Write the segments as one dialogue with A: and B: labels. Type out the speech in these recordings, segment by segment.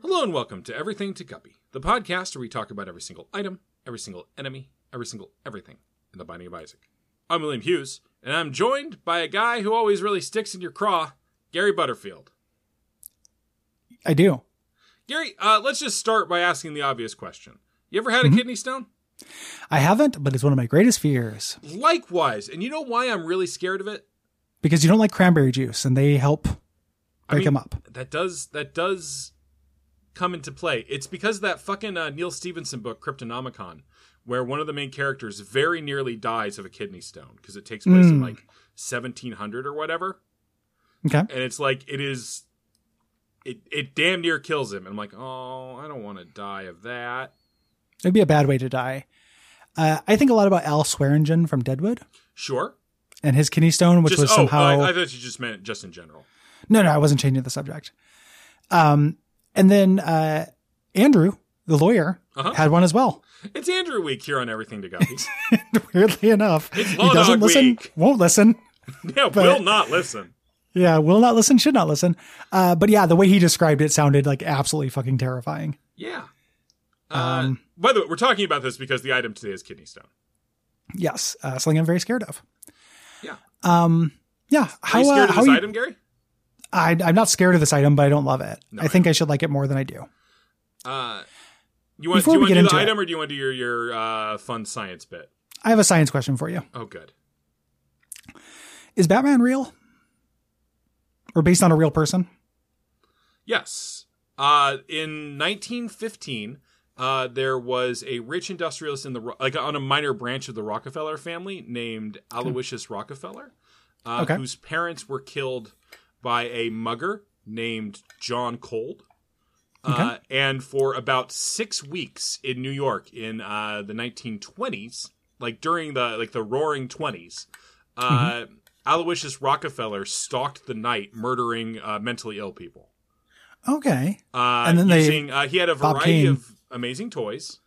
A: Hello and welcome to Everything to Guppy, the podcast where we talk about every single item, every single enemy, every single everything in the Binding of Isaac. I'm William Hughes, and I'm joined by a guy who always really sticks in your craw, Gary Butterfield.
B: I do.
A: Gary, uh, let's just start by asking the obvious question. You ever had a kidney stone?
B: I haven't, but it's one of my greatest fears
A: Likewise, and you know why I'm really scared of it?
B: because you don't like cranberry juice and they help break
A: I mean,
B: them up.
A: That does that does come into play. It's because of that fucking uh, Neil Stevenson book, Cryptonomicon, where one of the main characters very nearly dies of a kidney stone because it takes place in
B: Mm.
A: like 1700 or whatever,
B: Okay.
A: and it's like it is. It, it damn near kills him. And I'm like, oh, I don't want to die of that.
B: It'd be a bad way to die. Uh, I think a lot about Al Swearingen from Deadwood
A: Sure.
B: and his kidney stone, which
A: just,
B: was
A: oh,
B: somehow.
A: I, I thought you just meant just in general.
B: No, no, I wasn't changing the subject. Um, and then uh, Andrew, the lawyer,
A: Uh-huh.
B: had one as well.
A: It's Andrew week here on Everything to Guppy.
B: Weirdly enough,
A: It's
B: he
A: Law
B: doesn't
A: Dog
B: listen,
A: Week.
B: won't listen.
A: yeah, will not listen.
B: Yeah, will not listen, should not listen. Uh, but yeah, the way he described it sounded like absolutely fucking terrifying.
A: Yeah. Uh,
B: Um,
A: by the way, we're talking about this because the item today is kidney stone.
B: Yes, uh, something I'm very scared of.
A: Yeah.
B: Um. Yeah.
A: Are
B: How,
A: you
B: uh,
A: scared of
B: how
A: this
B: you-
A: item, Gary?
B: I, I'm not scared of this item, but I don't love it.
A: No,
B: I think I should like it more than I do.
A: Uh, you want, do
B: Before
A: you
B: we
A: want to do
B: get
A: the
B: into it.
A: item or do you want to do your, your uh, fun science bit?
B: I have a science question for you.
A: Oh, good.
B: Is Batman real? Or based on a real person?
A: Yes. Uh, in 1915, uh, there was a rich industrialist in the Ro- like on a minor branch of the Rockefeller family named Aloysius Rockefeller, uh,
B: Okay.
A: whose parents were killed by a mugger named John Cold. Uh, and for about six weeks in New York in uh, the 1920s, like during the like the Roaring Twenties, uh, Aloysius Rockefeller stalked the night, murdering uh, mentally ill people.
B: Okay.
A: Uh,
B: And then they-
A: using, uh, he had a
B: Bob
A: variety
B: Kane.
A: of amazing toys,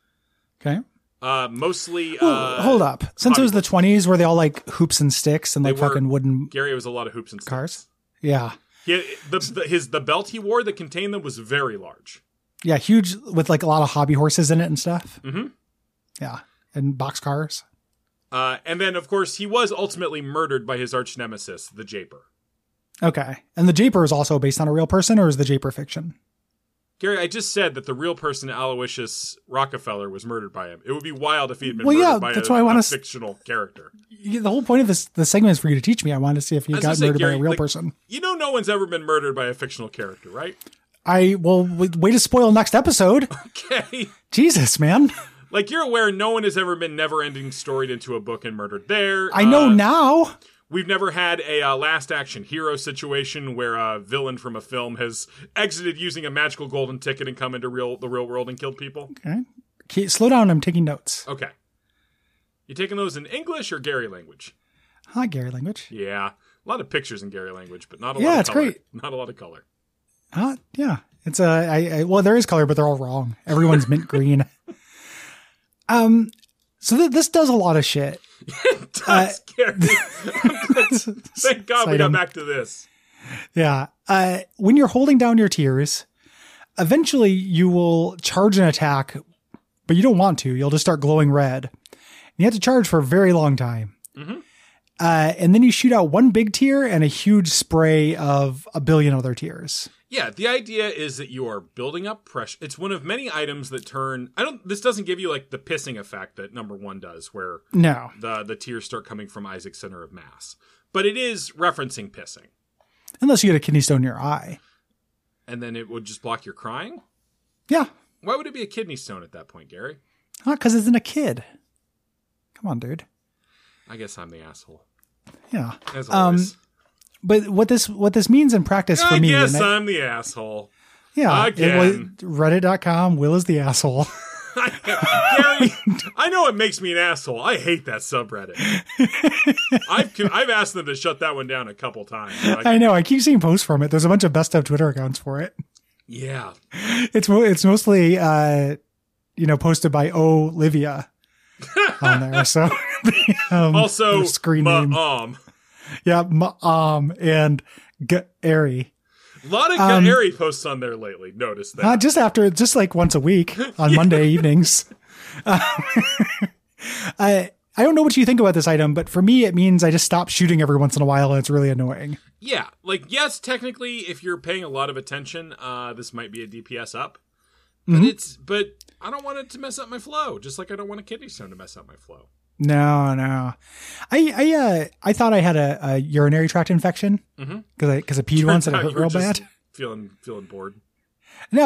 B: Okay.
A: uh, mostly.
B: Well,
A: uh,
B: hold up. Since it was the 20s, were they all like hoops and sticks and
A: They
B: like
A: were-
B: fucking wooden
A: Gary it was a lot of hoops and stuff.
B: cars? Yeah.
A: He, the, the, his the belt he wore that contained them was very large.
B: Yeah. Huge with like a lot of hobby horses in it and stuff.
A: Mhm.
B: Yeah. And box cars.
A: Uh, and then, of course, he was ultimately murdered by his arch nemesis, the Japer.
B: Okay. And the Japer is also based on a real person, or is the Japer fiction?
A: Gary, I just said that the real person, Aloysius Rockefeller, was murdered by him. It would be wild if he had been
B: Well,
A: murdered
B: yeah,
A: by
B: that's
A: a,
B: why I
A: a
B: wanna s-
A: fictional character.
B: Yeah, the whole point of this the segment is for you to teach me. I wanted to see if you
A: was gonna
B: got
A: say,
B: murdered by
A: Gary,
B: a real
A: like-
B: person.
A: You know, no one's ever been murdered by a fictional character, right?
B: I well, w- way to spoil next episode.
A: Okay.
B: Jesus, man.
A: Like you're aware, no one has ever been never-ending storied into a book and murdered there.
B: I know
A: Uh,
B: now.
A: We've never had a uh, last-action hero situation where a villain from a film has exited using a magical golden ticket and come into real the real world and killed people.
B: Okay. Okay, slow down. I'm taking notes.
A: Okay, you taking those in English or Gary language?
B: Hi, Gary language.
A: Yeah, a lot of pictures in Gary language, but not a
B: Yeah,
A: lot. Of
B: it's
A: color.
B: great.
A: Not a lot of color.
B: Huh? Uh, Yeah. It's a I, I well, there is color, but they're all wrong. Everyone's mint green. Um. So th- this does a lot of shit. Uh,
A: it does, Gary. Thank God we got
B: Item.
A: back to this.
B: Yeah. Uh, when you're holding down your tears, eventually you will charge an attack, but you don't want to. You'll just start glowing red. And you have to charge for a very long time.
A: Mhm.
B: Uh, and then you shoot out one big tear and a huge spray of a billion other tears.
A: Yeah, the idea is that you are building up pressure. It's one of many items that turn. I don't. This doesn't give you like the pissing effect that number one does, where
B: No.
A: the the tears start coming from Isaac's center of mass. But it is referencing pissing,
B: Unless you get a kidney stone in your eye.
A: and then it would just block your crying.
B: Yeah.
A: Why would it be a kidney stone at that point, Gary?
B: Because it's in a kid. Come on, dude.
A: I guess I'm the asshole.
B: Yeah.
A: As
B: Um,
A: always,
B: But what this what this means in practice for
A: I
B: me.
A: guess
B: and I-
A: I'm the asshole.
B: yeah. it was-
A: again.
B: Reddit.com, Will is the asshole.
A: Gary, I know it makes me an asshole. I hate that subreddit. I've I've asked them to shut that one down a couple times. Like,
B: I know. I keep seeing posts from it. There's a bunch of best of Twitter accounts for it.
A: yeah,
B: It's mo- it's mostly uh, you know posted by Olivia on there. So the, um,
A: Also, um,
B: their screen
A: my
B: name,
A: um,
B: yeah, Ma- um, and Gary.
A: A lot of Gary posts on there lately. Notice that.
B: Uh, just after, just like once a week on Monday evenings. Uh, I I don't know what you think about this item, but for me, it means I just stop shooting every once in a while, and it's really annoying.
A: yeah, like yes, technically, if you're paying a lot of attention, uh, this might be a DPS up. But
B: Mm-hmm.
A: it's but I don't want it to mess up my flow. Just like I don't want a kidney stone to mess up my flow.
B: No, no. I I uh, I thought I had a, a urinary tract infection because
A: Mhm.
B: I because I peed once and it
A: How
B: hurt
A: you were
B: real
A: just
B: bad.
A: Feeling feeling bored.
B: No,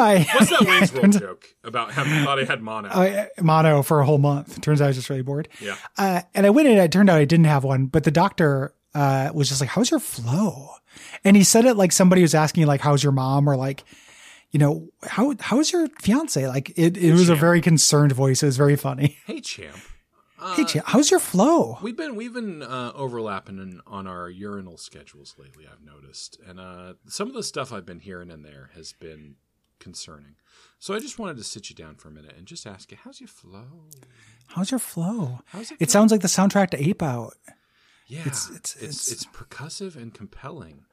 B: I
A: What's that Wayne's World
B: turns-
A: joke about? How I thought I had mono.
B: I, mono for a whole month. Turns out I was just really bored.
A: yeah.
B: Uh, and I went in. and It turned out I didn't have one, but the doctor uh, was just like, "How's your flow?" And he said it like somebody was asking, like, "How's your mom?" or like, you know, "How how's your fiance?" Like it. It was a very concerned voice. It was very funny.
A: Hey champ. Uh.
B: hey, Ch- how's your flow?
A: We've been we've been uh, overlapping in, on our urinal schedules lately. I've noticed, and uh, some of the stuff I've been hearing in there has been concerning. So I just wanted to sit you down for a minute and just ask you, how's your flow?
B: How's your flow?
A: How's it?
B: It sounds like the soundtrack to Ape Out.
A: yeah,
B: it's- it's-
A: it's it's,
B: it's-
A: percussive and compelling.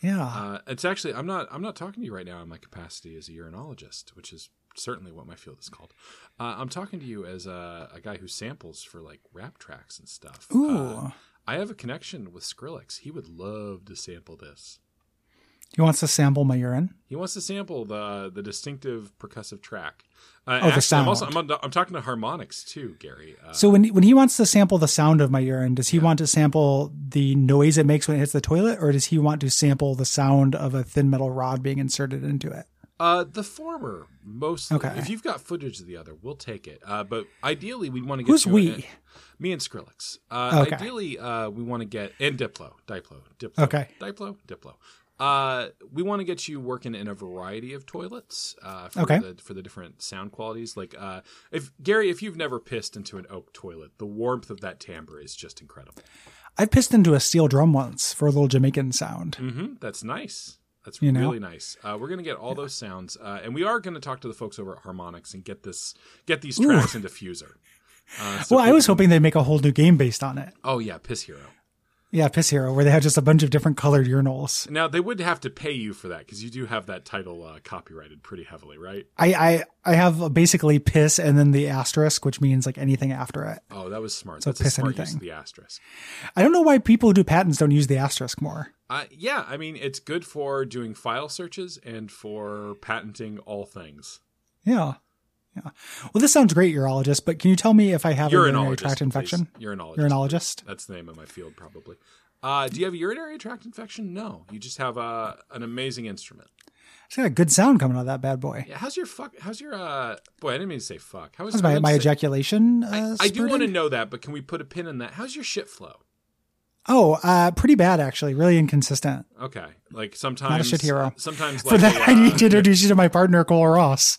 B: Yeah.
A: Uh, it's actually I'm not I'm not talking to you right now in my capacity as a urinologist, which is certainly what my field is called. Uh, I'm talking to you as a, a guy who samples for like rap tracks and stuff. Uh,
B: Ooh.
A: I have a connection with Skrillex. He would love to sample this.
B: he wants to sample my urine.
A: He wants to sample the the distinctive percussive track. Uh,
B: Oh, the
A: I'm, also,
B: sound.
A: I'm, on- I'm talking to harmonics too, Gary. Uh,
B: So when when he wants to sample the sound of my urine, does he want to sample the noise it makes when it hits the toilet, or does he want to sample the sound of a thin metal rod being inserted into it?
A: uh, the former, mostly.
B: Okay.
A: If you've got footage of the other, we'll take it. Uh, but ideally, we want to get
B: Who's
A: to
B: we?
A: it- me and Skrillex. Uh,
B: Okay.
A: Ideally, uh, we want to get and Diplo, Diplo, Diplo,
B: Okay.
A: Diplo, Diplo. Uh, we want to get you working in a variety of toilets uh, for
B: Okay.
A: the for the different sound qualities. Like, uh, if Gary, if you've never pissed into an oak toilet, the warmth of that timbre is just incredible.
B: I pissed into a steel drum once for a little Jamaican sound.
A: hmm That's nice. That's
B: You know?
A: really nice. Uh, we're gonna get all those sounds, uh, and we are gonna talk to the folks over at Harmonix and get this, get these tracks into Fuser. Uh, so
B: well, I
A: people
B: was
A: can-
B: hoping they'd make a whole new game based on it.
A: Oh yeah, Piss Hero.
B: Yeah, Piss Hero, where they have just a bunch of different colored urinals.
A: Now they would have to pay you for that because you do have that title uh, copyrighted pretty heavily, right?
B: I, I I have basically piss and then the asterisk, which means like anything after it.
A: Oh, that was smart.
B: So
A: That's a
B: piss
A: smart use
B: anything.
A: of the asterisk.
B: I don't know why people who do patents don't use the asterisk more.
A: Uh, yeah, I mean it's good for doing file searches and for patenting all things.
B: Yeah. Yeah. Well, this sounds great, urologist, but can you tell me if I have a urinary
A: Urinologist.
B: tract
A: please.
B: infection?
A: Urinologist.
B: Urinologist?
A: That's the name of my field, probably. Uh, do you have a urinary tract infection? No, you just have uh, an amazing instrument.
B: It's got a good sound coming out of that bad boy.
A: Yeah, how's your fuck? How's your uh? Boy, I didn't mean to say fuck. How
B: That's my, my
A: ejaculation?
B: ejaculation.
A: I,
B: Uh,
A: I do
B: spurting?
A: want to know that, but can we put a pin in that? How's your shit flow?
B: Oh, uh, pretty bad, actually. Really inconsistent.
A: Okay, like sometimes
B: shit hero.
A: Sometimes
B: For
A: like
B: that, I
A: uh,
B: need to introduce you to my partner, Cole Ross,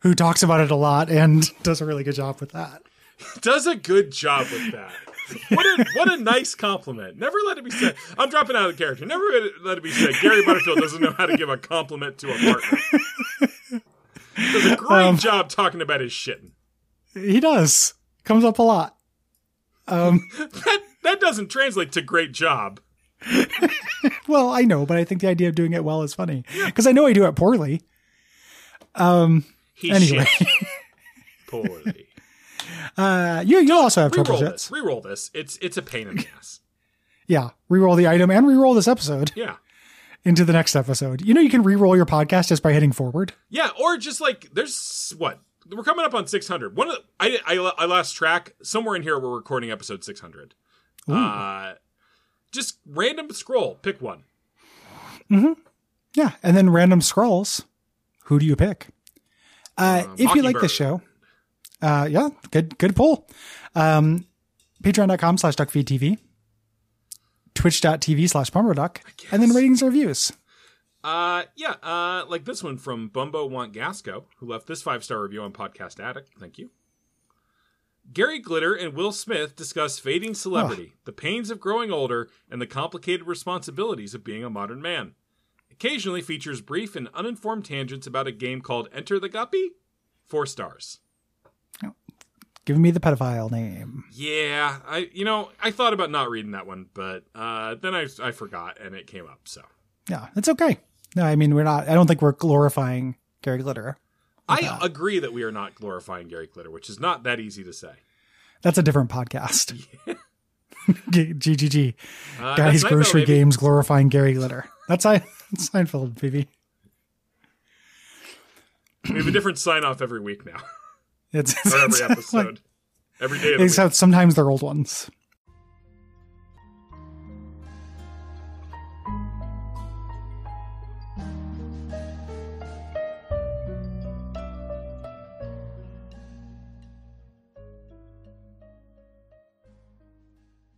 B: who talks about it a lot and does a really good job with that.
A: does a good job with that. What a what a nice compliment. Never let it be said. I'm dropping out of the character. Never let it, let it be said. Gary Butterfield doesn't know how to give a compliment to a partner. Does a great
B: Um,
A: job talking about his shitting.
B: He does. Comes up a lot. Um,
A: That that doesn't translate to great job.
B: well, I know, but I think the idea of doing it well is funny because I know I do it poorly. Um,
A: He
B: Anyway.
A: shit poorly.
B: uh, you, you'll also have trouble
A: Reroll
B: shits.
A: this. Reroll this. It's it's a pain in the ass.
B: Yeah. Reroll the item and reroll this episode
A: Yeah.
B: into the next episode. You know, you can reroll your podcast just by hitting forward.
A: Yeah, or just like there's what we're coming up on 600. One of the, I, I I lost track somewhere in here. We're recording episode 600. Uh, just random scroll, pick one.
B: Yeah, and then random scrolls. Who do you pick? Uh,
A: Uh,
B: if you like this
A: Mockingbird.
B: show, uh, yeah, good good poll. Um, Patreon.com slash duckfeedtv, twitch.tv slash duck, and then
A: guess.
B: ratings and reviews.
A: Uh, yeah, uh, like this one from Bumbo Want Gasco, who left this five star review on Podcast Addict. Thank you. Gary Glitter and Will Smith discuss fading celebrity, the pains of growing older, and the complicated responsibilities of being a modern man. Occasionally features brief and uninformed tangents about a game called Enter the Guppy. Four stars.
B: Giving me the pedophile name.
A: Yeah, I you know I thought about not reading that one, but uh, then I I forgot and it came up. So
B: Yeah, it's okay. No, I mean we're not. I don't think we're glorifying Gary Glitter.
A: I agree that we are not glorifying Gary Glitter, which is not that easy to say.
B: That's a different podcast. G- GGG.
A: Uh,
B: Daddy's
A: that's Nightmare,
B: Grocery
A: baby.
B: Games glorifying Gary Glitter. That's, I, that's Seinfeld, baby.
A: We have a different sign off every week now,
B: It's,
A: or
B: it's
A: every episode, every day of the week.
B: except sometimes they're old ones.